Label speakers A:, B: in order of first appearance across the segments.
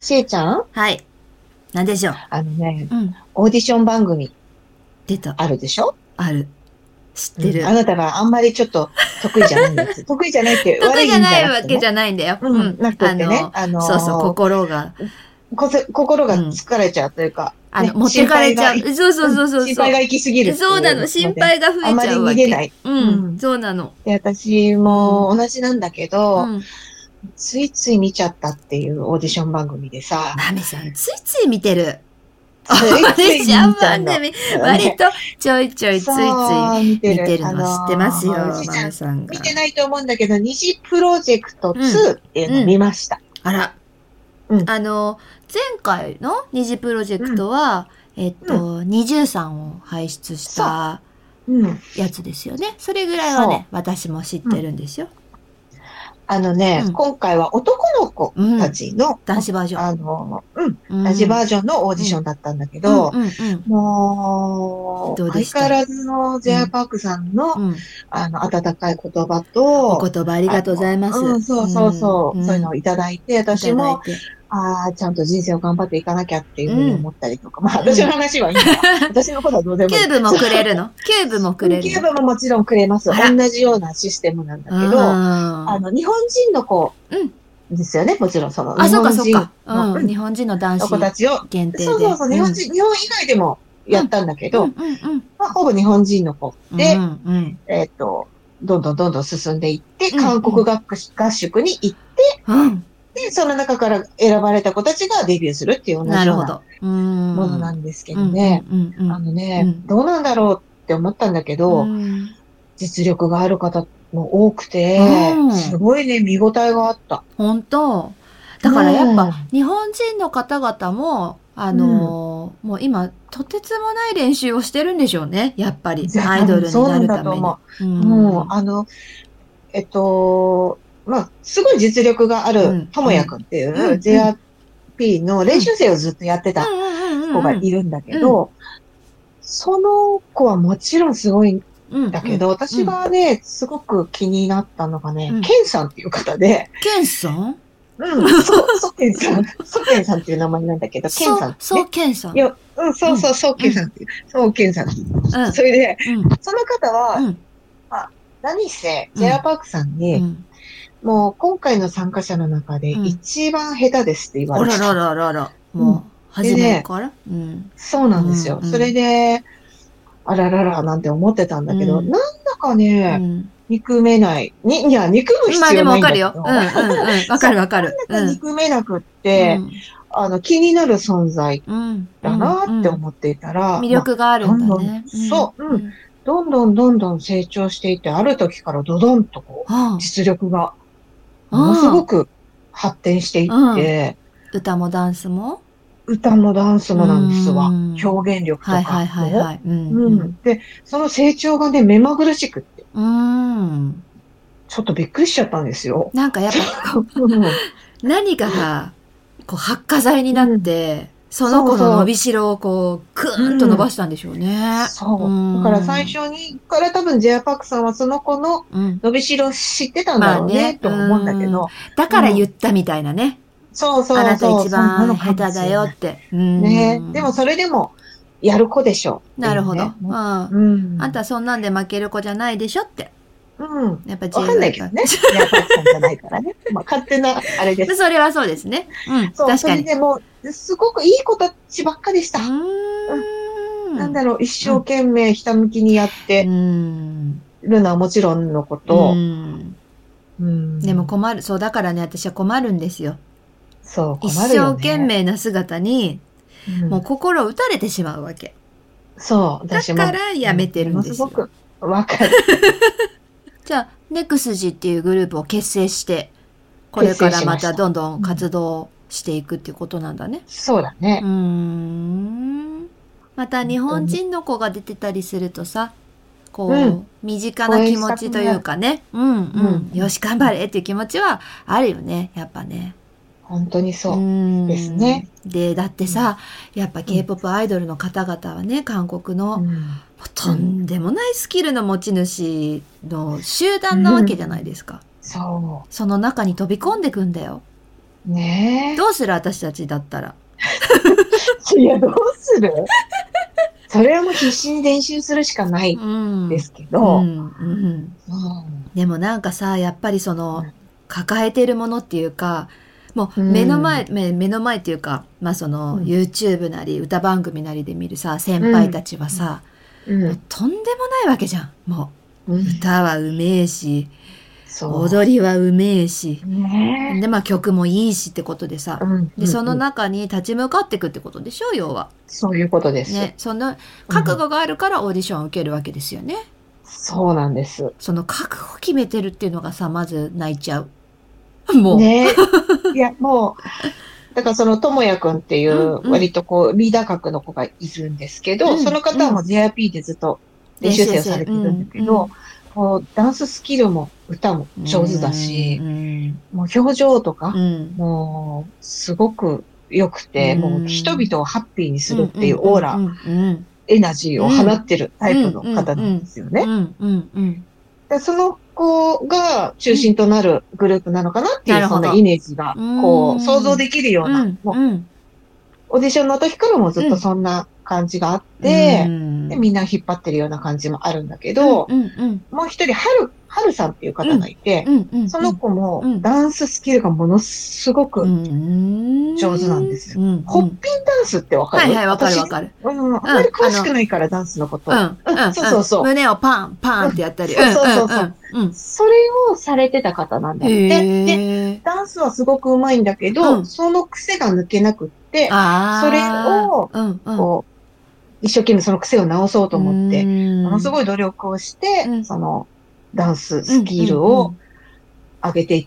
A: しーちゃん
B: はい。なんでしょう。
A: あのね、
B: うん。
A: オーディション番組
B: 出た。
A: あるでしょ
B: ある。知ってる
A: うんあ。なたがあんまりちょっと得意じゃないん です。得意じゃないって
B: 得意じゃないわけじ
A: ゃ
B: ゃないんだよ。
A: うんなくてねあ
B: あ
A: の
B: の、
A: ー
B: そうそう、心が。
A: こせ心が疲れちゃうというか、
B: あの、
A: ね
B: 持ってかれちゃう。
A: 心
B: そうそうそうそう。
A: 心配が行き過ぎるってい
B: そうなの。心配が増え
A: あんま
B: ち
A: り
B: ゃうわ
A: 逃
B: け。
A: げない。
B: う。
A: うんん
B: そうなの。
A: で私も同じなんだけ
B: う
A: ど、
B: ん。
A: ついつい見ちゃったっていうオーディション番組でさ、
B: マミさん、ついつい見てる。
A: ついつい見
B: 私、
A: ち
B: あ
A: ゃ
B: んま
A: うんの。
B: で見、割とちょいちょいついつい
A: そう見
B: 見てるの知ってますよ、
A: あのー
B: マミさんが
A: 見。てないと思うんだけど、二次プロジェクト2っていうのを見ました。
B: あら、
A: うん
B: あの、前回の二次プロジェクトは、えっと、二重さんを輩出した
A: うん。
B: やつですよね。それぐらいはね、私も知ってるんですよ。
A: あのね、
B: うん
A: 今回は男の子たちの、
B: 男子バージョン。
A: あの、うん、
B: うん
A: 男子バージョンのオーディションだったんだけど、
B: うんうん
A: もう、
B: どう
A: 相
B: でした
A: 変わらずの J.R. パークさんの、
B: うんうん
A: あの、温かい言葉
B: お
A: と、
B: 言葉ありがとうございます。
A: うん、そうそうそう、そういうのを
B: い
A: いただいて、
B: ただい
A: 私も、
B: て
A: ああ、ちゃんと人生を頑張っていかなきゃっていうふうに思ったりとか、まあ
B: うん
A: 私の話はいいんだ。私のことはどうでも
B: キ
A: いい。
B: ューブもくれる の。キューブもくれる
A: キ
B: の。
A: ューブももちろんくれます。
B: あら
A: 同じようなシステムなんだけど、
B: あ
A: あの、日本人の子
B: うん
A: ですよね、もちろんその。
B: あ、
A: 日
B: そうか
A: 本
B: そう
A: 人
B: か。
A: の
B: うん。日本人の男
A: の子
B: 子
A: たちを、
B: 限定で。
A: そうそうそう、日本人、日本以外でもやったんだけど、
B: うんうんうん
A: まあ、ほぼ日本人の子
B: うん。
A: で、
B: うんうん
A: えっ、と、どんどんどんどん進んでいって、
B: うん
A: 韓国学合宿に行っ
B: うん。
A: て、その中から選ばれた子たちがデビューするっていう同じよう
B: なるほ
A: な
B: ど。うん。
A: ものなんですけどね。
B: うんうんうん
A: あのね、
B: うん
A: どうなんだろうって思ったんだけど、
B: うん
A: 実力がある方も多くて、
B: うん
A: すごいね、見応えがあった。
B: 本当だからやっ
A: うん
B: ぱ日本人の方々も、あのーもう今、とてつもない練習をしてるんでしょうね。やっぱり
A: い、や
B: アイドルに
A: 多
B: なる
A: 分そうな
B: た
A: んだと
B: めに
A: 思。
B: うん
A: もう、あの、えっと、まあ、すごい実力があ
B: う
A: る
B: ん、
A: ともやくんっていうう、
B: ん
A: JRP の練習生をずっとやってた
B: うんうんうんうん
A: 子がいるんだけど、その子はもちろんすごいん
B: うんうん
A: だけど、私がね、すごく気になったのがね
B: うん、
A: ケンさんっていう方で、
B: ケンさん
A: うん、そソケンさん、ソケンさんっていう名前なんだけど、ケンさんって
B: そ
A: ね
B: う、。ケンさん。
A: いや、うん、そうそう、ソケンさんっていう、ソケンさんっていう
B: うん
A: それで、
B: うん
A: その方は、
B: うん
A: 何せ、
B: うん
A: ジェアパークさんに、
B: うん
A: もう今回の参加者の中で
B: うん
A: 一番下手ですって言わ
B: あ
A: れ
B: ら
A: て、
B: らららら。もう、初めからうん。
A: そうなんですよ。
B: うんうん
A: それで、あらららなんて思ってたんだけど、
B: うん
A: なんだか
B: う
A: ね、
B: ん
A: 憎めない。に、いや、憎む
B: まあ
A: 必
B: で
A: 要な
B: もわ
A: いんだ
B: か
A: け
B: る
A: ど。
B: よ。うんうんうん。わかるわかる。う
A: なんか
B: ん。
A: 憎めなくって、あの、気になる存在
B: うん
A: だなって
B: うん
A: 思っていたら、
B: 魅力があるんだ
A: どんど
B: ね。
A: んそううんどんどんどんどん成長していって、ある時からドドンとこ
B: あ
A: う、実力が、
B: あ
A: ものすごく発展していって、
B: 歌もダンスも
A: 歌もダンスもなんですわ。
B: うん
A: 表現力とか。
B: はいはいはいはい。うん
A: う
B: うん
A: ん。で、その成長がね、目まぐるしくって、
B: うん。
A: ちょっとびっくりしちゃったんです よ。
B: なんかやっぱこう何かがこう発火剤になって、その子の伸びしろをこうグーンと伸ばしたんでしょうね。
A: そう。
B: う
A: だ
B: ん
A: から最初に、から多分 j パークさんはその子の
B: うん。
A: 伸びしろ知ってたんだろうね、と
B: まあね
A: 思うんだけど。
B: だから言ったみたいなね。
A: そうそうそう。
B: あなた一
A: そうな
B: 番
A: のか
B: 下
A: もしれな
B: 手
A: い
B: だよって。うん
A: ね。でもそれでも、やる子でしょうってい
B: な
A: うね。
B: るほど。うん。
A: うん。
B: あんたそんなんで負ける子じゃないでしょって。
A: うん。
B: やっぱ自
A: わ
B: 由
A: かんないけどね。j パークさんじゃないから ね。まあ勝手な、あれです。
B: それはそうですね。うん、
A: そう、
B: 確
A: そ
B: か
A: れ
B: に。
A: でもう、すごくいい子たちばっかでした。
B: うーん
A: なんだろう、一生懸命ひたむきにやって
B: うん。
A: るのはもちろんのこ
B: う
A: と。
B: ん
A: うん
B: でも困る。そう、だからね、私は困るんですよ。
A: そう、
B: 一
A: 困る
B: 生
A: よね。
B: 懸命な姿に、
A: うん。
B: もう心を打たれてしまうわけ。
A: そう、
B: だ
A: 私も。
B: からやめてるんです
A: もの。
B: よ
A: すごくわかる。
B: じゃあ、ネクスジっていうグループを結成して、これからまたどんどん活動していくっていうことなんだね。
A: そうだね
B: うー。んまた日本人の子が出てたりするとさこう、
A: うん
B: 身近な気持ちというかねうんうん、
A: うん
B: よし頑張れっていう気持ちはあるよねやっぱね。
A: 本当にそうう。
B: ん
A: ですね。
B: でだってさやっぱ k p o p アイドルの方々はね韓国の、
A: う
B: も
A: ん
B: うとんでもないスキルの持ち主の集団なわけじゃないですか。
A: そ
B: その中に飛び込んでくんだよ。
A: う。ね
B: どうする私たちだったら。
A: え。いや、どうするそれはもう必死に練習するしかない
B: うん
A: ですけど、
B: うんうん
A: うん
B: でもなんかさ、やっぱりその、
A: うん
B: 抱えてるものっていうか、もう
A: うん
B: 目の前、目目の前っていうか、まあその、
A: うん
B: YouTube なり歌番組なりで見るさ、先輩たちはさ、
A: う
B: もうんとんでもないわけじゃん。も
A: う
B: う、
A: ん、
B: 歌はうめえし、
A: そう。
B: 踊りはうめえし、
A: ね
B: でまあ曲もいいしってことでさ
A: え、うん
B: で、その
A: うん
B: 中に立ち向かっていくってことでしょ、要は。
A: そういうことです。
B: ね、その、覚悟があるからオーディションを受けるわけですよね。
A: そうなんです。
B: その覚悟を決めてるっていうのがさ、まず泣いちゃう。もう。
A: ねえいや、もう、だからその、ともやくんってい
B: うん
A: う
B: う、ん
A: 割とこう、リーダー格の子がいるんですけど、
B: うん
A: その方はもう JRP でずっと練習生をされてるんだけど、こう、ダンススキルも歌も上手だし
B: う、ん
A: もう表情と
B: う
A: か、
B: ん
A: もう、すごく良くて、
B: うん
A: もう人々をハッピーにするっていうオー
B: う
A: ラ、
B: んうん
A: エナジーを放ってるタイプの方なんですよね。
B: うんうんうん
A: でその子が中心となるグループなのかなってい
B: なる
A: う、
B: ほ
A: そ
B: ど
A: んなイメージが、こ
B: うん
A: う、想像できるよう
B: う
A: な、
B: ん
A: もう
B: うん
A: オーディションの時からもずっとそんな感じがあって、
B: うん
A: でみんな引っ張ってるような感じもあるんだけど、
B: うんうん
A: もう一人、はる、はるさんっていう方がいて、
B: うんうん
A: その子も
B: うん
A: ダンススキルがものすごく、
B: うん
A: 上手なんですよ
B: うんうん
A: ホッピンダンスってわか
B: は
A: る
B: いはいわかるわかる。
A: 私うん、あんまり詳しくないから、ダンスのこと。
B: うん
A: うんそうそうそう
B: 胸をパンパンってやったり。
A: うんそうそうそう
B: うんうんうん
A: それをされてた方なんだって。
B: へ
A: で、
B: え。
A: ダンスはすごく上手いんだけど、
B: うん
A: その癖が抜けなくって、
B: あ
A: それを
B: れを、うんうん、
A: こう、一生懸命その癖を直そうと思って、も
B: も
A: のすごい努力をして、
B: うん
A: そのダンススキルを上げていっ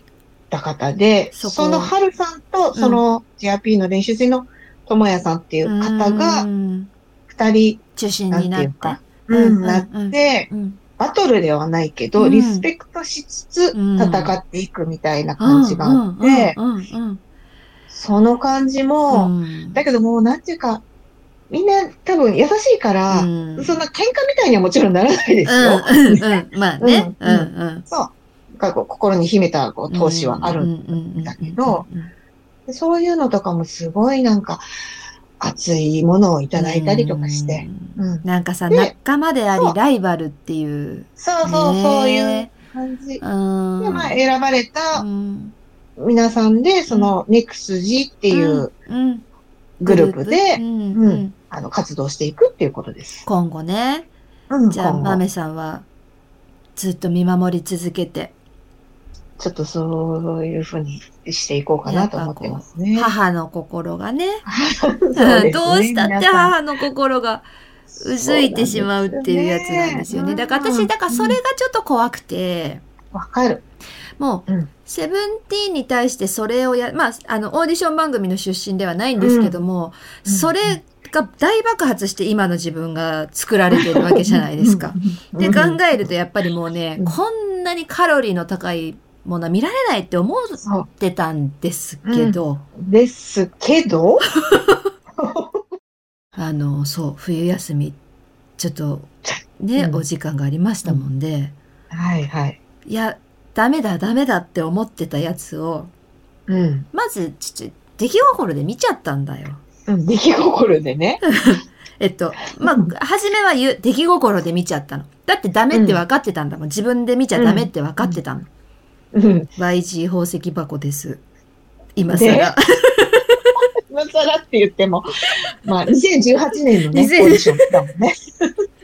A: た方で、
B: そこ
A: そのハルさんと、その JRP の練習生のともやさんっていう方
B: う
A: が、
B: ん
A: 二人、
B: 中心
A: なん
B: に
A: て
B: なっ
A: い
B: て
A: うか、
B: うん
A: うん、
B: うん
A: なって、
B: うん
A: バトルではないけ
B: う
A: ど、
B: ん
A: リスペクトしつつ
B: うん
A: 戦っていくみたいな感じがあって、
B: うんうんうん
A: その感じ
B: う
A: も、
B: んうん
A: だけどもうなんていうか、みんな多分優しいから、
B: うん
A: そんな喧嘩みたいにはもちろんならないですよ。
B: うんうんうんまあね。
A: うんうん
B: うん
A: そう。なんかこう心に秘めたこ
B: う
A: うん闘志はある、
B: ん
A: だけど、でそういうのとかもすごいなんか熱いものをい
B: い
A: ただいたりとかして。。
B: うん
A: うん
B: なんかさ、
A: で
B: 仲間であり
A: そう
B: ライバルっていう。
A: そうそう、
B: ね
A: そういう感じ。で、
B: うん。
A: まあ選ばれた
B: うん
A: 皆さんで、その NEXG っていう
B: うん
A: グループで、
B: うん
A: うん
B: うん
A: あの活動していくっていうことです。
B: 今後ね。
A: うん、
B: じゃあ、
A: 今後
B: まめさんはずっと見守り続けて、
A: ちょっとそういうふうにしていこうかなと思ってますね。
B: 母の心がね、
A: そうですね
B: どうしたって
A: 皆さん
B: 母の心がうずいてしまうっていうやつなんですよね。だから私、だからそれがちょっと怖くて、
A: わかる。
B: もう
A: うん、
B: セブンティーンに対してそれをや、まあ、あの、オーディション番組の出身ではないんですけども、
A: うん
B: それが大爆発して今の自分が作られてるわけじゃないですか。
A: うん。
B: で
A: うん
B: 考えるとやっぱりもうね、
A: うん
B: こんなにカロリーの高いものは見られないって思う
A: そう。
B: ってたんですけど、
A: ですけど、
B: あの、そう、冬休み、ちょっとね、
A: うん
B: お時間がありましたもんで、
A: はいはい。
B: いや、ダメだ、ダメだって思ってたやつを、
A: うん。
B: まず、ちょっと、出来心で見ちゃったんだよ。
A: うん出来心でね。
B: えっと、ま
A: うん
B: あ、初めは言う、出来心で見ちゃったの。だってダメって分かってたんだもん。自分で見ちゃダメって分かってたの。
A: うん。
B: YG 宝石箱です。今 更。
A: 今更って言っても、まあ、2018年のね、オー
B: 2000
A: ディションだもん ね。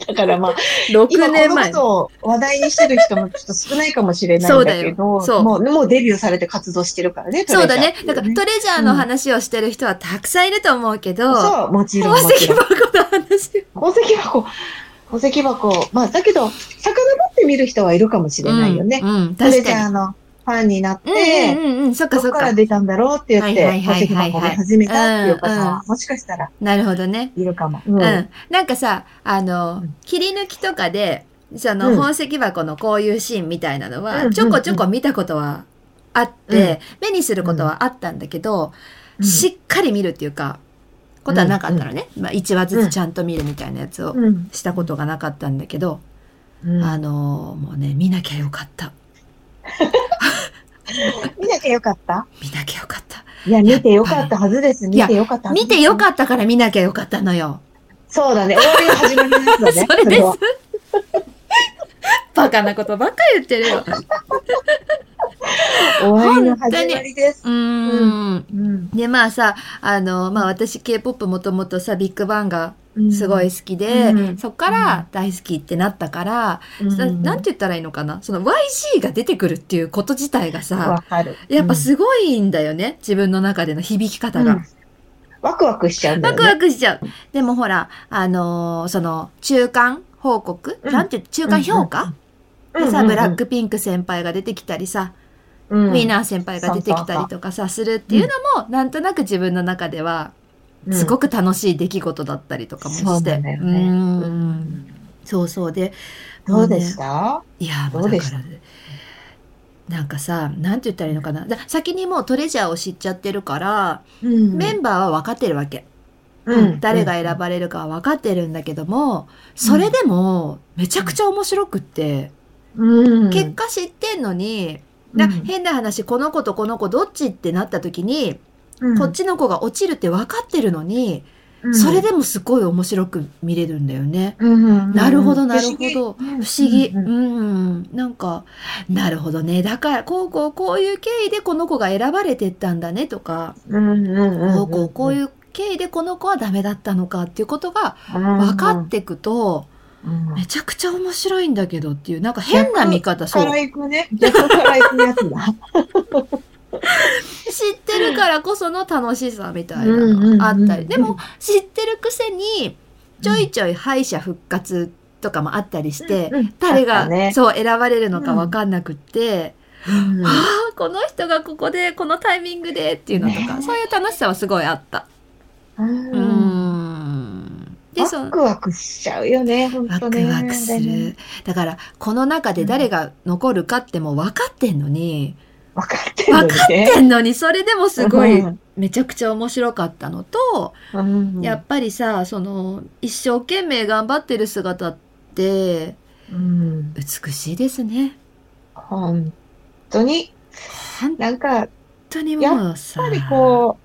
A: だからまあ、今
B: 6
A: こ
B: 年
A: の
B: 前。
A: ことを話題にしてる人もちょっと少ないかもしれないんだけど、
B: そうだよそう
A: もうもうデビューされて活動してるからね、トレ
B: そう
A: ジャ
B: だ
A: ー
B: ね
A: ってい。
B: だからトレジャーの話をしてる人はたくさんいると思うけど、
A: そう、もちろん。
B: 宝
A: もち
B: 石
A: ろん
B: 箱の話。
A: 宝石箱、宝石箱、まあ、だけど、遡って見る人はいるかもしれないよね。
B: うん、うん、
A: それ
B: 確
A: じゃ
B: か
A: あの、ファンになって、
B: に。うんうんうん、そっか
A: どこ
B: そっ
A: から
B: か。
A: 出たんだろうって言っ
B: はい
A: て、
B: は
A: 宝
B: い
A: 石
B: はいはい
A: 箱で始めたっていう方は、もしかしたら
B: なるほどね。
A: いるかも。うん
B: うん。なんかさ、あの
A: うん、
B: 切り抜きとかで、そうの
A: ん
B: 宝石箱のこういうシーンみたいなの
A: うんう
B: は、
A: ん
B: ちょこちょこ見たことはあって、目にすることはあったんだけど、しっかり見るっていうか、ことはなかったのね。まあ、1話ずつちゃんと見るみたいなやつを
A: うん
B: したことがなかったんだけど、
A: うん
B: あのーもうね、見なきゃよかった。
A: 見なきゃよかった
B: 見なきゃよかった。
A: いや、見てよかったはずです。見てよかったはず
B: 見てよかったから見なきゃよかったのよ。
A: そうだね。終わりの始まりですよね。
B: それです。バカなことばっか言ってるよ。
A: 終わりの始まりです。
B: うん,うん、で、まあさ、あの、まあ私 K-POP もともとさ、ビッグバンがすごい好きで、うん、そっから大好きってなったから、うん、なんて言ったらいいのかなその YG が出てくるっていうこと自体がさ、やっぱすごいんだよね、自分の中での響き方が。うん
A: ワクワクしちゃうん
B: だよ、ね、ワクワクしちゃう。でもほら、あのー、その、中間報告、うん、なんて、中間評価、うん、でさ、ブラックピンク先輩が出てきたりさ、うん、ウィナー先輩が出てきたりとかさ、するっていうのも、なんとなく自分の中では、すごく楽しい出来事だったりとかもして。。
A: うん
B: そう,ね、そうそうで。
A: どうでした、
B: ね、いや、もうだから、なんかさ、なんて言ったらいいのかな。先にもうトレジャーを知っちゃってるから、うん、メンバーは分かってるわけ。うん、誰が選ばれるかは分かってるんだけども、うん、それでもめちゃくちゃ面白くって、結果知ってんのに、な変な話、この子とこの子どっちってなった時に、こっちの子が落ちるって分かってるのに、それでもすごい面白く見れるんだよね。なるほど、なるほど。不思議。うん。なんか、なるほどね。だから、こうこうこういう経緯でこの子が選ばれてったんだねとか、こうこうこういう経緯でこの子はダメだったのかっていうことが分かってくと、めちゃくちゃ面白いんだけどっていう、なんか変な見方、
A: そう。からいくね。逆からいくやつだ。
B: 知ってるからこその楽しさみたいなのがあったり、でも知ってるくせにちょいちょい敗者復活とかもあったりして、うんうん、誰が、ね、そう選ばれるのか分かんなくって、うんうん、ああこの人がここでこのタイミングでっていうのとか、ね、そういう楽しさはすごいあった。
A: うんでそワクワクしちゃうよね本当ね
B: ワクワクするだからこの中で誰が残るかっても分かってんのに、
A: 分かってんのに、ね、
B: 分かってんの に、それでもすごい、めちゃくちゃ面白かったのと、うんうん、やっぱりさ、その、一生懸命頑張ってる姿って、うん、美しいですね。
A: 本当に。なんか、本
B: 当に
A: やっぱりこ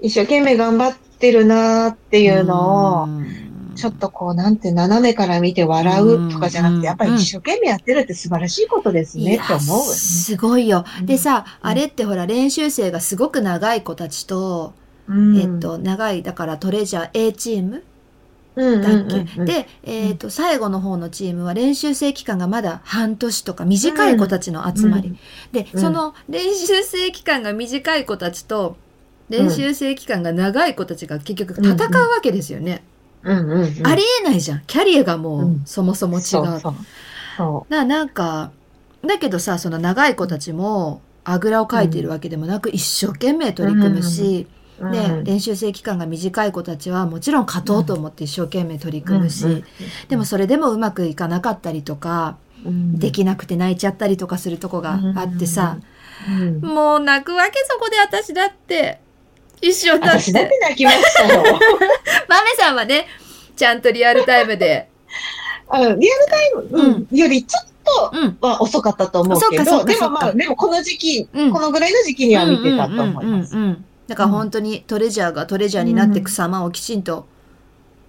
A: う、一生懸命頑張ってるなーっていうのを、うん、ちょっとこう、なんて、斜めから見て笑うとかじゃなくて、やっぱり一生懸命やってるって素晴らしいことですねって思う、ね、
B: すごいよ。でさ、うん、あれってほら、練習生がすごく長い子たちと、うん、えっと、長い、だからトレジャー A チームだっけ、で、えっ、ー、と、最後の方のチームは練習生期間がまだ半年とか短い子たちの集まり。うん、で、その練習生期間が短い子たちと、練習生期間が長い子たちが結局戦うわけですよね。ありえないじゃん。キャリアがもうそもそも違う。そうそうななんか、だけどさ、その長い子たちもあぐらをかいているわけでもなく、一生懸命取り組むし、ね、練習生期間が短い子たちはもちろん勝とうと思って一生懸命取り組むし、でもそれでもうまくいかなかったりとか、できなくて泣いちゃったりとかするとこがあってさ、もう泣くわけそこで私だって。一生経
A: って。 って泣きましたよ。
B: マメさんはね、ちゃんとリアルタイムで。
A: あのリアルタイム、うん、よりちょっとは遅かったと思うけど、でもまあ、でもこの時期、うん、このぐらいの時期には見てたと思います。
B: だから本当にトレジャーがトレジャーになっていく様をきちんと、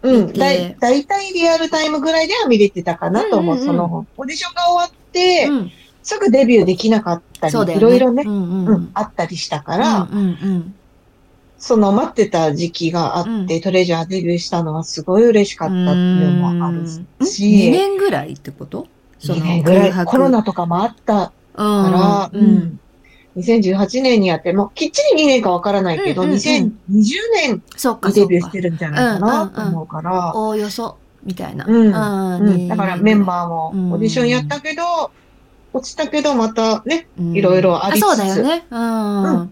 A: うん、だいたいリアルタイムぐらいでは見れてたかなと思う。その、オーディションが終わって、うんすぐデビューできなかったり、ね、いろいろね、うんあったりしたから、うんうんその待ってた時期があって、うん、トレジャーデビューしたのはすごい嬉しかったっていうのもあるし。2
B: 年ぐらいってこと
A: その ?2 年ぐらい。コロナとかもあったから、うん、うん、2018年にやって、もうきっちり2年かわからないけど、うんうんうん、2020年にデビューしてるんじゃないかなと思うから。
B: おおよそ、みたいな。
A: うん。だからメンバーもオーディションやったけど、落ちたけどまたね、いろいろありつつ。
B: そうだよね。うん。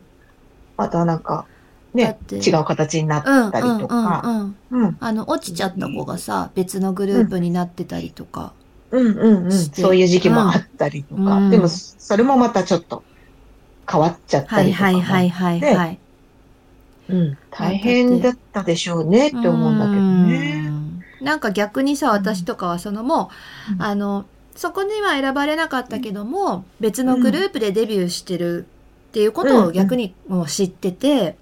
A: またなんか、ね、違う形になったりとか。
B: あの、落ちちゃった子がさ、別のグループになってたりとか。
A: うんうんうん。そういう時期もあったりとか。でも、それもまたちょっと変わっちゃったりとか。はいはいはいはい、うん。大変だったでしょうねって思うんだけどね。
B: なんか逆にさ、私とかはそのもう、あの、そこには選ばれなかったけども、別のグループでデビューしてるっていうことを逆にもう知ってて、
A: うんうんうん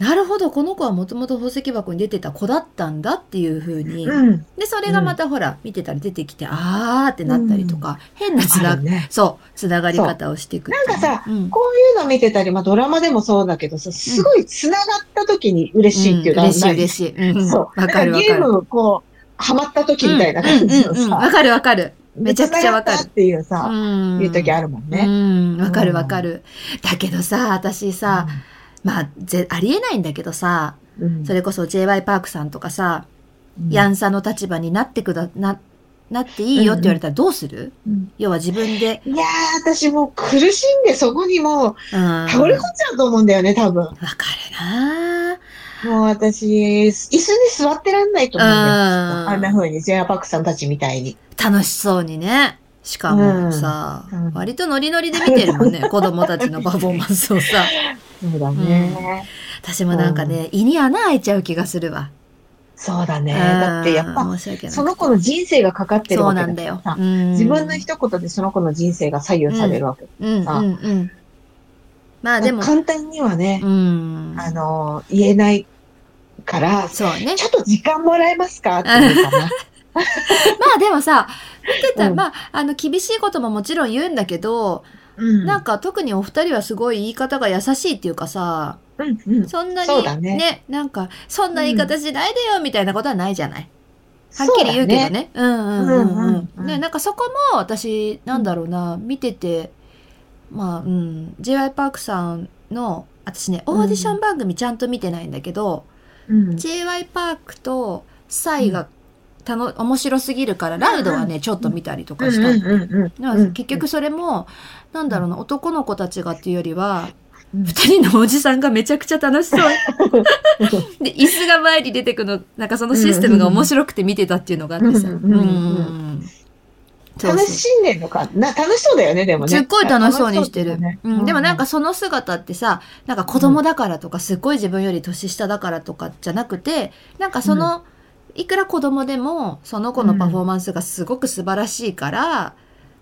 B: なるほどこの子はもともと宝石箱に出てた子だったんだっていうふうに、
A: うん
B: でそれがまたほら見てたら出てきて、あーってなったりとか、変なつ
A: あ
B: な,、
A: るね
B: そうつながり方をしていくっていう
A: なんかさ
B: うん
A: こういうの見てたり、まあ、ドラマでもそうだけどさ、すごい繋がった時に嬉しいっていうのは
B: 嬉し
A: ないい、
B: 嬉しい。うん
A: そう。な
B: わ
A: ん
B: か
A: か
B: るわ
A: ゲ
B: か
A: ー
B: る。
A: ムこう、ハマった時みたいな感じの
B: うんうんうんわ
A: さ、
B: かるわかる。めちゃくちゃわかる
A: 繋がったっていうさ、
B: うん。
A: いう時あるもん
B: う
A: ね。
B: ん、わかるわかる。だけどさ、私さ、まあ、ぜありえないんだけどさ、
A: うん、
B: それこそ j y パークさんとかさ、
A: うん、
B: ヤンサの立場になってくだ、な、なっていいよって言われたらどうする、
A: うん
B: 要は自分で、
A: いやー、私もう苦しんでそこにもう
B: うん。わか
A: 倒れ込ん
B: る
A: じゃうと思うんだよね、多分。
B: な
A: もう私、椅子に座ってらんないと思うんだよ。
B: うん
A: あんな風に、ジェアパックさんたちみたいに。
B: 楽しそうにね。しかもさ、
A: うんうん
B: 割とノリノリで見てるも んね、子供たちのパフォーマンスをさ。
A: そうだね。
B: 私もなんかね、胃に穴開いちゃう気がするわ。
A: そうだね。
B: うん
A: だってやっぱ、
B: 申し訳ない。
A: その子の人生がかかってる
B: そう
A: わけ
B: な
A: だ
B: ん
A: か
B: だ
A: ら
B: よ
A: さ。。
B: うん
A: 自分の一言でその子の人生が左右されるわけ。
B: うんうんうん。まあでも、
A: 簡単にはね、
B: うん。
A: あの、言えないから、
B: そうね。
A: ちょっと時間もらえますかっていうか な。
B: まあでもさ、見てた、
A: うん
B: まあ、あの、厳しいことももちろん言うんだけど、
A: うん
B: なんか特にお二人はすごい言い方が優しいっていうかさ、
A: うんうん。
B: そんな
A: そう
B: に
A: だ
B: ね、
A: ね
B: なんか、そんな言い方しないでよみたいなことはないじゃない。はっ
A: そ
B: き
A: だ
B: り言うけど。ね。うんうん
A: うんうん
B: う
A: ん
B: う。
A: うんん
B: ね、なんかそこも私、なんだろうな、見てて、まあ、うん、J.Y. パークさんの、私ね、オーディション番組ちゃんと見てないんだけど、
A: うん。
B: J.Y. パークとサイがたの、面白すぎるから、ラウドはね、ちょっと見たりとかした。
A: うん
B: なんか結局、それも、なんだろうな、男の子たちがっていうよりは、二人のおじさんがめちゃくちゃ楽しそう。で、椅子が前に出てくの、なんかそのシステムが面白くて見てたっていうのがあってさ。
A: うんうんうん
B: うんそう
A: 楽
B: そう
A: しんでんのかな楽しそうだよね、でもね。
B: すっごい楽しそうにしてる
A: 楽しそうだね。
B: うんでもなんか、その姿ってさ、なんか子供だからとか、すっごい自分より年下だからとかじゃなくて、なんかその、いくら子供でも、その子のパフォーマンスがすごく素晴らしいから、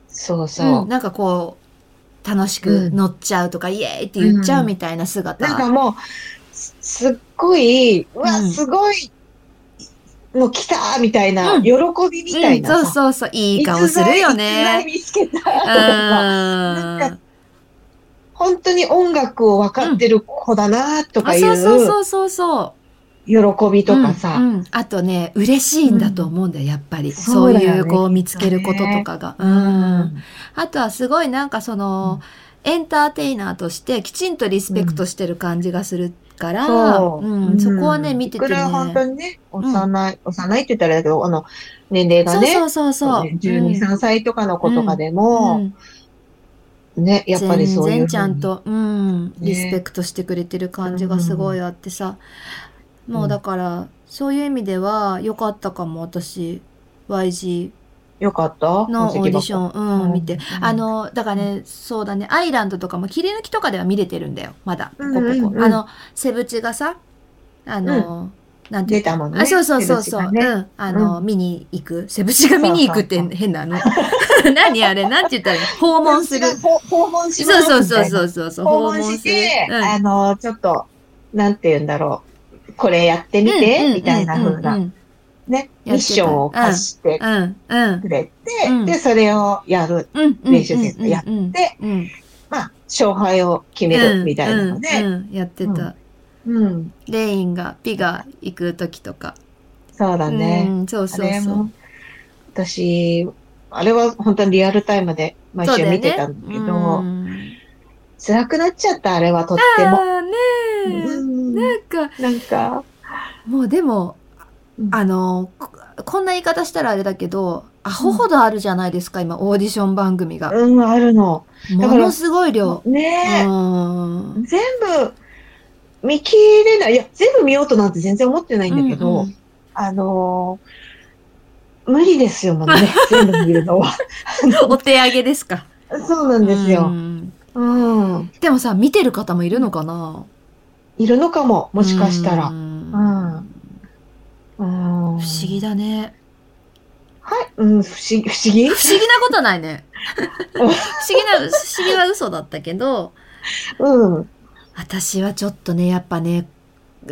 A: そうそうう。
B: んなんかこう、楽しく乗っちゃうとか、イエーイって言っちゃうみたいな姿。
A: なんかもう、すすっごい、うわ、
B: うん
A: すごい、の来たみたいな、
B: うん
A: 喜びみたいなさ、
B: うんそうそうそう、いい顔するよ
A: 逸材
B: ね。
A: 逸材見つけたと
B: う
A: かさ、
B: ん。
A: なん 本当に音楽を分かってる子だなとか
B: あ
A: い
B: そうそう
A: う
B: そうそうそ
A: 喜び
B: う。
A: とかさ、
B: うんうんあとね、嬉しいんだと思うんだよ、やっぱり。そ
A: そううだよね
B: いう子を見つけることとかが。う。
A: うんん
B: あとはすごいなんかその、エンターテイナーとしてきちんとリスペクトしてる感じがするから、
A: そう、
B: うんそこはね、見てて
A: いく
B: ね。
A: ら本当にね、幼い、幼いって言ったらあれだけど、あの、年齢が
B: そう
A: ね、
B: そうそうそう。
A: 12、3歳とかの子とかで
B: うん
A: も、ね、やっぱりそういうふうに。
B: 全然ちゃんと、うん、リス
A: ね
B: ペクトしてくれてる感じがすごいあってさ、もうだからそういう意味では良かったかも私 YG
A: よかった
B: のオーディショ
A: ン。
B: ン、うん、
A: うん
B: 見
A: う
B: て、
A: ん
B: あのだからねそうだねアイランドとかも切り抜きとかでは見れてるんだよまだこ
A: うん
B: こここ、
A: うんうん
B: あのセブチがさあの、なんて
A: 出
B: いうか
A: たもんね。
B: あそうそうそうそう、
A: 手口がね
B: うんあの、見に行くセブチが見に行くって
A: そう
B: 変なの 何あれなんて言ったらいいの訪問する
A: 訪訪問します
B: そう
A: みたい
B: そう
A: な
B: そうそうそうそう。
A: 訪問して、
B: うん
A: あの、ちょっと、なんて言うんだろう。これやってみて、みたいな風
B: う
A: な、
B: ん
A: ね、
B: た
A: ミッションを課して
B: うんうん
A: くれ
B: うん
A: て、で、それをやる。
B: うんうん。、
A: 練習生とやって
B: うん
A: まあ、勝敗を決めるみたいなので、
B: うんうんやってた。
A: うん。
B: レインがピが行く時とか。
A: そうだね。
B: うんそう
A: あ
B: そう
A: れ
B: そう
A: も。、私、あれは本当にリアルタイムで毎
B: そう
A: 週
B: だよね
A: 見てたんだけど、
B: うん
A: 辛くなっちゃった、あれはとっ
B: あ
A: ても。
B: ーねえ
A: うん
B: なんか
A: なんか、
B: もうでも
A: うん
B: あのここんな言い方したらあれだけどアホほどあるじゃないですか今オーディション番組が。
A: うん、あるの。
B: も
A: ら
B: のすごい量。
A: ね
B: うん
A: え、全部見切れない。いや、全部見ようとなんて全然思ってないんだけど、
B: うんうん
A: あのー無理ですよ、もう ね、全部見るのは。
B: お手上げですか。
A: そうなんです
B: う
A: よ。
B: ん
A: うん。
B: でもさ、見てる方もいるのかな。
A: いるのかも、もしかした
B: う
A: ら。
B: ん
A: う
B: 不
A: ん。うん。不思
B: 思議だね。
A: はい、うん、不思議、不思議
B: 不思議なことないね。不思議な、不思議は嘘だったけど、
A: うん。
B: 私はちょっとね、やっぱね、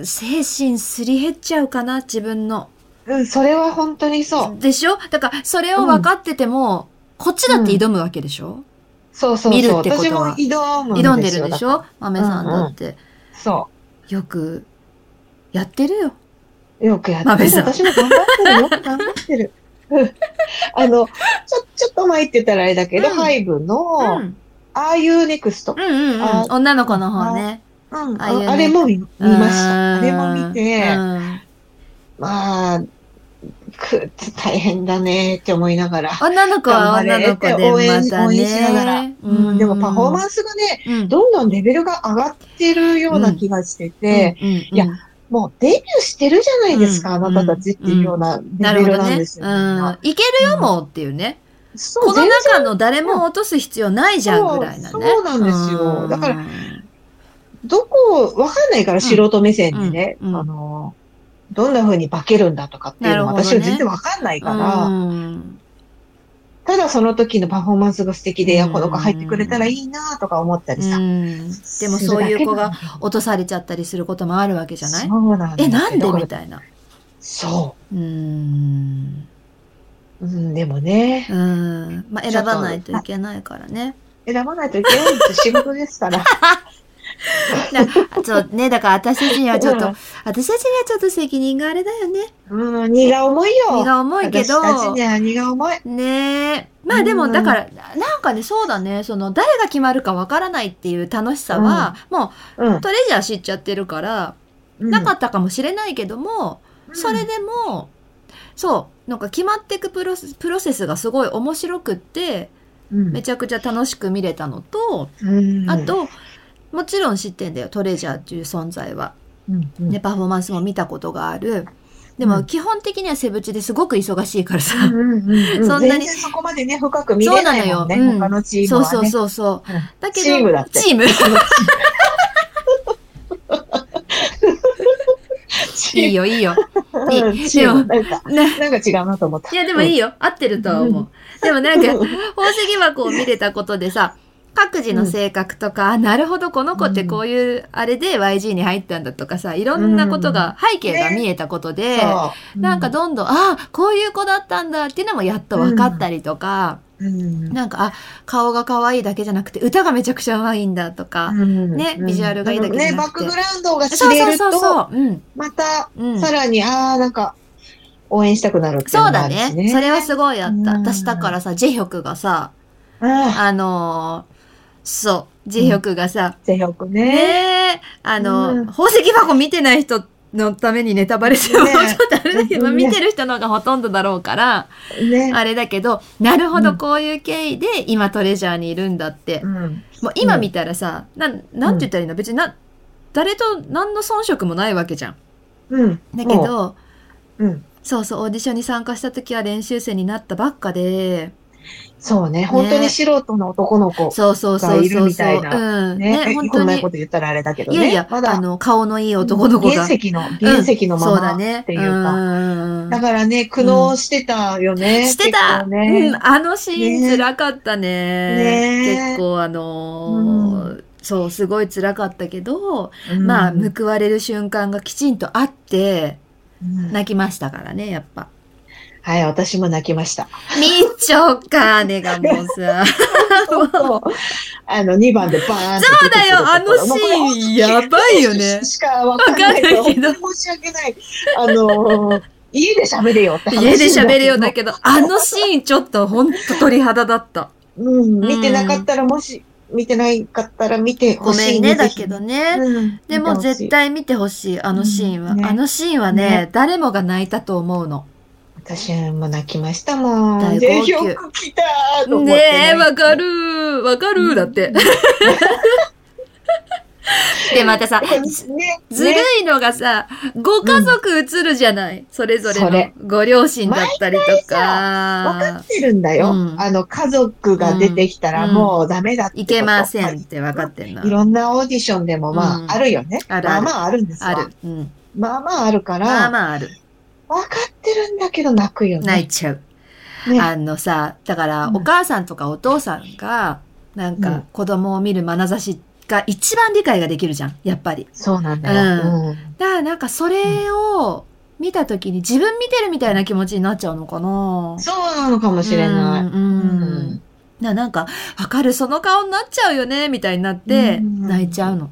B: 精神すり減っちゃうかな、自分の。。
A: うん、それは本当にそう
B: でしょだから、それを分かってても、うん、こっちだって挑むわけでしょ、うん、
A: そうそうそう。
B: 見るってことは。
A: 挑む
B: 挑んでるでしょ豆さんだって、うんうん。。
A: そう
B: よく、やってるよ。
A: よくやってる。私も頑張ってるよ。頑張ってる。 あの、ちょ、ちょっと前って言ったらあれだけど、うん、ハイブの、うん、ああいうネクスト。
B: うんうん、女の子の方ね。
A: うん、ああれも見ました。あれも見て、まあ、く大変だねって思いながら。
B: 女の子は女の子で
A: 応援、
B: まね、
A: 応援しながら、うん。でもパフォーマンスがね、うん、どんどんレベルが上がってるような気がしてて、うん、いや、もうデビューしてるじゃないですか、あなたたちっていうようなレベルなんですよ、ね。
B: ねいけるよ、もうっていうね。この中の誰も落とす必要ないじゃんぐらいなね。
A: そうなんですよ。だから、どこ、わかんないから、素人目線でね、あの、どんな風に化けるんだとかっていうのは、私は全然わかんないから、ね、ただその時のパフォーマンスが素敵で、いや、この子入ってくれたらいいなとか思ったりさ。
B: でもそういう子が落とされちゃったりすることもあるわけじゃない
A: そうなん
B: え、なんでみたいな。。
A: そう
B: うん。
A: うん、でもね。
B: うん。まあ、選ばないといけないからね。
A: 選ばないといけないって仕事ですから。
B: だそうね、だから私たちにはちょっと、うん、私たちにはちょっと責任があれだよね。
A: うん、荷が重いよ。
B: 荷が重いけど。
A: 私たちには荷が重い。
B: ねえ。まあでも、だから、うん、なんかね、そうだね、その、誰が決まるかわからないっていう楽しさは、うん、もう、トレジャー知っちゃってるから、なかったかもしれないけども、それでも、そう、なんか決まっていくプロプロセスがすごい面白くって、めちゃくちゃ楽しく見れたのと、あと、もちろん知ってんだよ、トレジャーっていう存在は。うんうん、で、パフォーマンスも見たことがある。でも、基本的にはセブチですごく忙しいからさ。
A: うんうんうん、そんなに。そこまでね、深く見れないもんね。そうなのよ。他のチームは、ね、
B: そうそうそうそう、うん、だけど、チ
A: ームだって。
B: チームいいよ、いいよ。いい。
A: でも、なんか、なんか違うなと思った。
B: いや、でもいいよ。うん、合ってるとは思う。でもなんか、宝石箱を見れたことでさ、各自の性格とか、うん、なるほど、この子ってこういう、あれで YG に入ったんだとかさ、いろんなことが、背景が見えたことで、うん、なんかどんどん、ああ、こういう子だったんだっていうのもやっと分かったりとか、うん、なんか、あ、顔が可愛いだけじゃなくて、歌がめちゃくちゃ上手いんだとか、ね、ビジュアルがいいだけじゃな
A: くて。ね、バックグラウンドが知れると、また、さらに、ああ、なんか、応援したくなるっていう
B: のもあるし、ね、そうだね。それはすごいあった。私だからさ、ジェヒョクがさ、あのーそう。ジェヒョクがさ。
A: ジェヒョクね。
B: ねあの、うん、宝石箱見てない人のためにネタバレしても、ね、ちょっとあれだけど、ね、見てる人の方がほとんどだろうから、ね、あれだけど、なるほど、こういう経緯で今トレジャーにいるんだって。うん、もう今見たらさ、うん、な、なんて言ったらいいの別にな、誰と何の遜色もないわけじゃん。
A: うん。
B: だけど、
A: うん。
B: そうそう、オーディションに参加した時は練習生になったばっかで、
A: そうね、本当に素人の男の子がいるみたいな。ね、本当に。こと言ったらあれだけどね。
B: いやいや、まだあの、顔のいい男の子が。
A: 原石の、原石のままっていうか。うん、だからね、苦悩してたよね。
B: してた、ねうん、あのシーン辛かったね。結構あのそう、すごい辛かったけど、まあ、報われる瞬間がきちんとあって、泣きましたからね、やっ ぱ。
A: はい、私も泣きました。
B: みちょかねがもうさ。
A: あの、2番でバーンって
B: そうだよ、あのシーン、やばい よね。
A: しかわかんないけど。申し訳ない。あのー、家で喋れよって
B: 家で喋れよだけど、あのシーンちょっとほんと鳥肌だった。
A: うん、見てなかったらもし、見てないかったら見てほしい、
B: ね。ごめんね、だけどね。うん、でも絶対見てほしい、あのシーンは。うんね、あのシーンはね、ね誰もが泣いたと思うの。
A: 私も泣きましたもん。大号泣。よく来たと思って
B: ねえ、わかるわかるだって。 で、またさ、ずるいのがさ、ご家族映るじゃない、それぞれのご両親だったりとか。
A: わかってるんだよ、あの、家族が出てきたらもうダメだって
B: いけませんって分かってる
A: の。いろんなオーディションでもまあ、あるよね。
B: ある
A: まあまああるんです
B: ある。
A: まあまああるから。
B: まあまあある。
A: 分かってるんだけど泣くよね。
B: 泣いちゃう。ね、あのさ、だからお母さんとかお父さんが、なんか子供を見る眼差しが一番理解ができるじゃん、やっぱり。
A: そうなんだよ。
B: うん。だからなんかそれを見たときに自分見てるみたいな気持ちになっちゃうのかな。
A: そうなのかもしれない。
B: うん。うんななんか、わかる、その顔になっちゃうよね、みたいになって、
A: うん
B: 泣いちゃうの。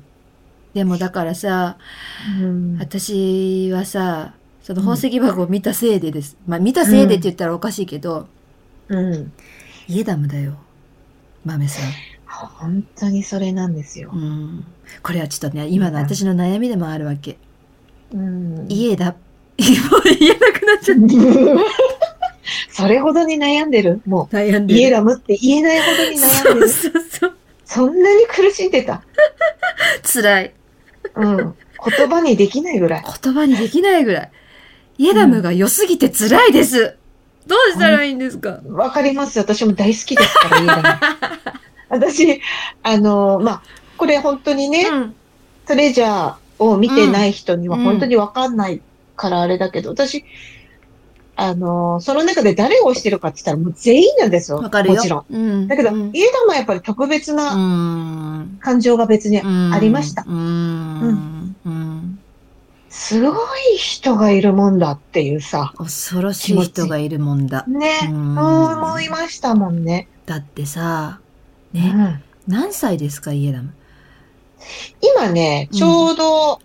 B: でもだからさ、
A: うん
B: 私はさ、その宝石箱を見たせいでです。まあ見たせいでって言ったらおかしいけど、
A: うん。
B: イエダムだよ。豆さん。
A: 本当にそれなんですよ
B: う。ん。これはちょっとね、今の私の悩みでもあるわけ。
A: うん。
B: 家だ。も う言えなくなっちゃっ
A: それほどに悩んでる。も
B: た。悩ん
A: う、
B: でる。
A: 家ラムって言えないほどに
B: そ
A: 悩んで
B: う
A: る。
B: そうそう。
A: そんなに苦しんでた。
B: 辛い。
A: うん。言葉にできないぐらい。
B: 言葉にできないぐらい。イエダムが良すぎて辛いです。どうしたらいいんですか
A: わかります。私も大好きですから、家 ラム。私、あの、まあ、これ本当にね、
B: うん。
A: トレジャーを見てない人には
B: うん
A: 本当にわかんないからあれだけど、私、あのその中で誰を推してるかって言ったらもう全員なんですよ。
B: わかるよ。
A: もちろん。
B: うん。
A: だけど、
B: うん。
A: 家玉はやっぱり特別
B: う
A: なん感情が別に、ありました
B: うん。うん。
A: すごい人がいるもんだっていうさ。
B: 恐ろしい人がいるもんだ。
A: ね、
B: う
A: うんん、思いましたもんね。
B: だってさ、
A: う
B: ね、
A: ん、
B: 何歳ですか、イエダム。
A: 今ね、ちょうど、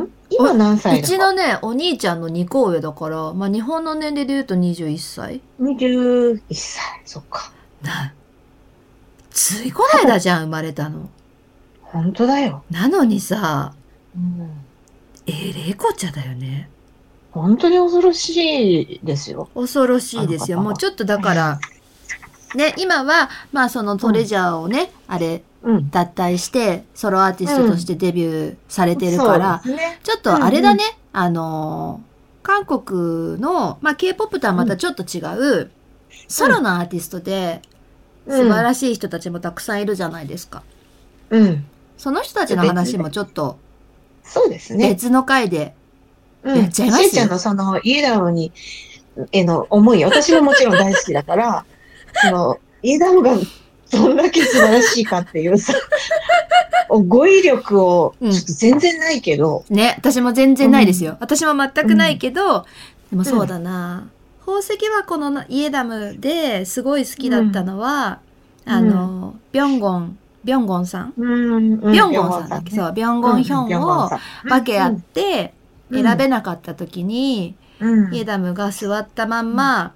A: ん今何歳
B: う
A: だ
B: ちのね、お兄ちゃんの2個上だから、まあ日本の年齢で言うと21歳。
A: ?21 歳。そっか。
B: な、ついこないだじゃん、生まれたの。
A: 本当だよ。
B: なのにさ、
A: うん、
B: えー、レコちゃだよね。
A: 本当に恐ろしいですよ。
B: 恐ろしいですよ。
A: あの方は
B: もうちょっとだから、ね、今は、まあそのトレジャーをね、あれ、
A: うん。
B: 脱退して、ソロアーティストとしてデビューされてるから、
A: そうですね。
B: ちょっとあれだね、あのー韓国の、まあ、K-POP とはまたちょっと違う、ソロのアーティストで、素晴らしい人たちもたくさんいるじゃないですか。
A: うん。
B: その人たちの話もちょっと
A: そうですね。
B: 別の回で、
A: うん。
B: やっちゃいますよ
A: しーちゃんのその、イエダムに、への思い、私ももちろん大好きだから、 その、イエダムがどんだけ素晴らしいかっていうさ、 語彙力を、ちょ
B: うん
A: っと全然ないけど、
B: ね、私も全然ないですよ。私も全くないけど、でもそうだな、宝石箱のイエダムですごい好きだったのは、
A: うん
B: あの、ビョンゴン、ビョンゴンさん
A: うん。
B: ビョンゴンさんだっけそう、ビョンゴンヒョンを、バケやって選べなかった時に、イエ
A: べ、
B: ダムが座ったまんま、
A: うん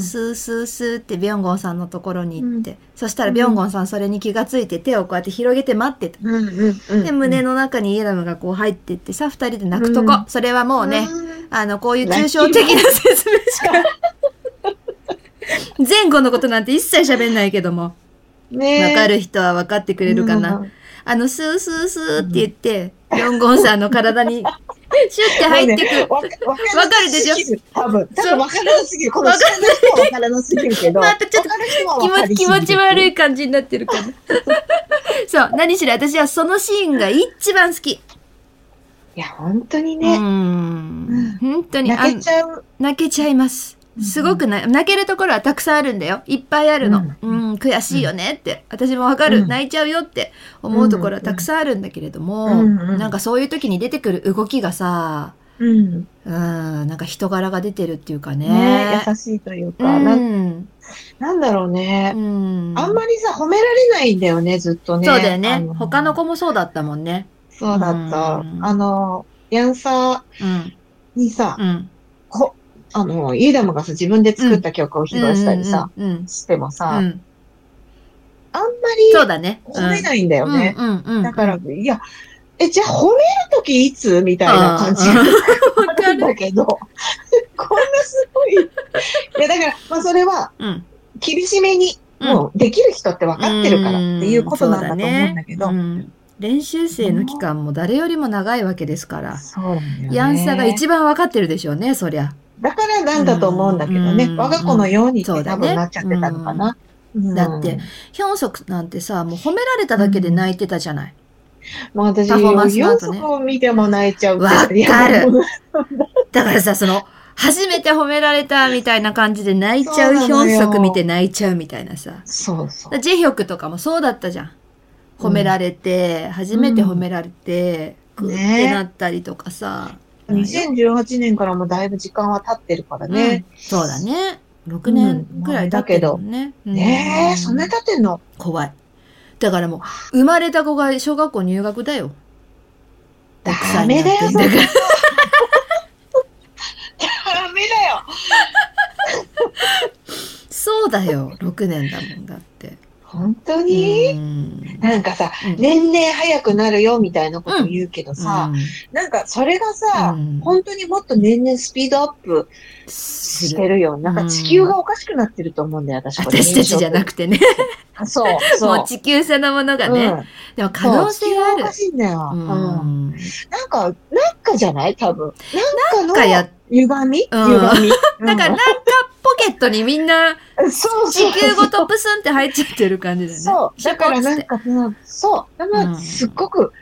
B: スースースーってビョンゴンさんのところに行って、そしたらビョンゴンさんそれに気がついて手をこうやって広げて待ってた。
A: うんうんうん。
B: で、胸の中にイエダムがこう入ってってさ、二人で泣くと
A: う
B: こ。
A: ん
B: それはもうね、
A: ん
B: あの、こういう抽象的な説明しか。前後のことなんて一切喋んないけども、
A: ね
B: わ
A: え
B: かる人は分かってくれるかな。。あの、スースースーって言って、ビョンゴンさんの 体に、シュッて入ってく。
A: わかわからなすぎる多分。多分わからなすぎる。この
B: わか
A: 知らない人はわからなすぎるけど。
B: またちょっと
A: わかる人は
B: 気
A: わかり
B: 持ち、
A: す
B: 気
A: ぎる
B: 持ち悪い感じになってるから。 そう、何しろ私はそのシーンが一番好き。
A: いや、本当に
B: う
A: ね、
B: ん。本当に、あ
A: 泣けちゃう。
B: 泣けちゃいます。すごくな、泣けるところはたくさんあるんだよ。いっぱいあるの。うん、悔しいよねって。私もわかる、
A: うん
B: 泣いちゃうよって思うところはたくさんあるんだけれども、
A: うんうん
B: なんかそういう時に出てくる動きがさ、
A: うん。
B: うん、なんか人柄が出てるっていうかね。
A: ね優しいという
B: う
A: か、なん
B: ん。
A: なんだろうね。
B: うん。
A: あんまりさ、褒められないんだよね、ずっとね。
B: そうだよね
A: あ。
B: 他の。子もそうだったもんね。
A: そうだった
B: う。ん
A: あの、ヤンサ
B: うん。
A: ーにさ
B: う、ん。
A: こあの、イーダムがさ、自分で作った曲を披露したりさ、
B: うん。うん。
A: しても
B: う
A: さ、
B: ん。
A: あんま
B: そうだね。
A: り褒めないんだよね。
B: うんうんうん。
A: だから、いや、え、じゃあ褒めるときいつみたいな感じ
B: う ん
A: あるんだけど、 こんなすごい。いや、だから、まあそれは
B: うん。
A: 厳しめに、
B: うん
A: もうできる人って分かってるからっていうことなんだと思うんだけど
B: う、ん練習生の期間も誰よりも長いわけですから。
A: そうなんだよね
B: ヤンサが一番わかってるでしょうね、そりゃ。
A: だからなんだと思うんだけどね、
B: うん
A: 我が子のようにって
B: そうだ
A: 多
B: ね
A: 分なっちゃってたのかな。うん
B: だって、ヒョンソクなんてさ、もう褒められただけで泣いてたじゃない。
A: もう私、
B: パフォーマンスの
A: 4
B: 後ね
A: 足を見ても泣いちゃう
B: わか
A: っ
B: る
A: ていやもう
B: だからさ、その、初めて褒められたみたいな感じで泣いちゃう
A: そ
B: ヒ
A: うな
B: ョ
A: のよ
B: ンソク見て泣いちゃうみたいなさ。
A: そうそう。
B: ジェヒョクとかもそうだったじゃん。褒められて、初めて褒められて、グッてなったりとかさ。
A: 2018年からもだいぶ時間は経ってるからね。
B: そうだね。6年くらいだけどね。
A: ねえ、そんな経ってんの
B: 怖い。だからもう、生まれた子が小学校入学だよ。
A: ダメだよ、それ。ダメだよ。
B: そうだよ、6 年だもんだって。
A: 本当に、うん、なんかさ、うん、年々早くなるよみたいなこと言うけどさ、うん、なんかそれがさ、うん、本当にもっと年々スピードアップしてるよ。なんか地球がおかしくなってると思うんだよ、私
B: 私たちじゃなくてね。。
A: そう、そう
B: 地球そのものがね。でも可能性がある。
A: おかしいんだよ。うん。なんか、なんかじゃない多分。なんかの歪み歪み。
B: なんか、なんかポケットにみんな、
A: そう
B: 地球ごとプスンって入っちゃってる感じだよね。
A: そう。だからなんか、そう。だからすっごく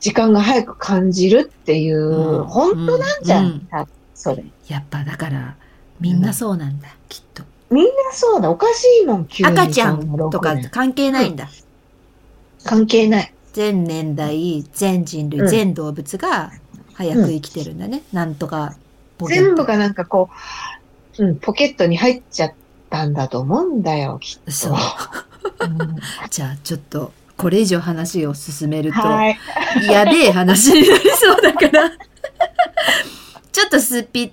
A: 時間が早く感じるっていう、本当なんじゃん。それ。
B: やっぱだから、みんなそうなんだ、きっと。
A: みんなそうだ。おかしいもん、急
B: に。赤ちゃんとか関係ないんだ。
A: 関係ない。
B: 全年代、全人類、全動物が早く生きてるんだね。なんとか。
A: 全部がなんかこう、うん、ポケットに入っちゃったんだと思うんだよ、きっと。
B: そう。じゃあ、ちょっと、これ以上話を進めると、やべえ話になりそうだから、ちょっとスピッ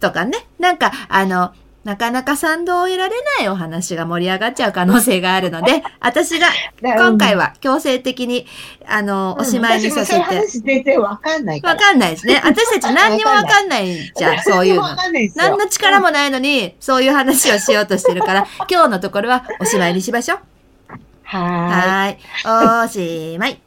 B: とかね、なんか、あの、なかなか賛同を得られないお話が盛り上がっちゃう可能性があるので、私が今回は強制的に、あの、おしまいにさせて。
A: 私全然わかんない
B: わかんないですね。私たち何にもわかんない じゃん、そういうの。何の力もないのに、そういう話をしようとしてるから、今日のところはおしまいにしましょう。
A: は
B: ーい。おしまい。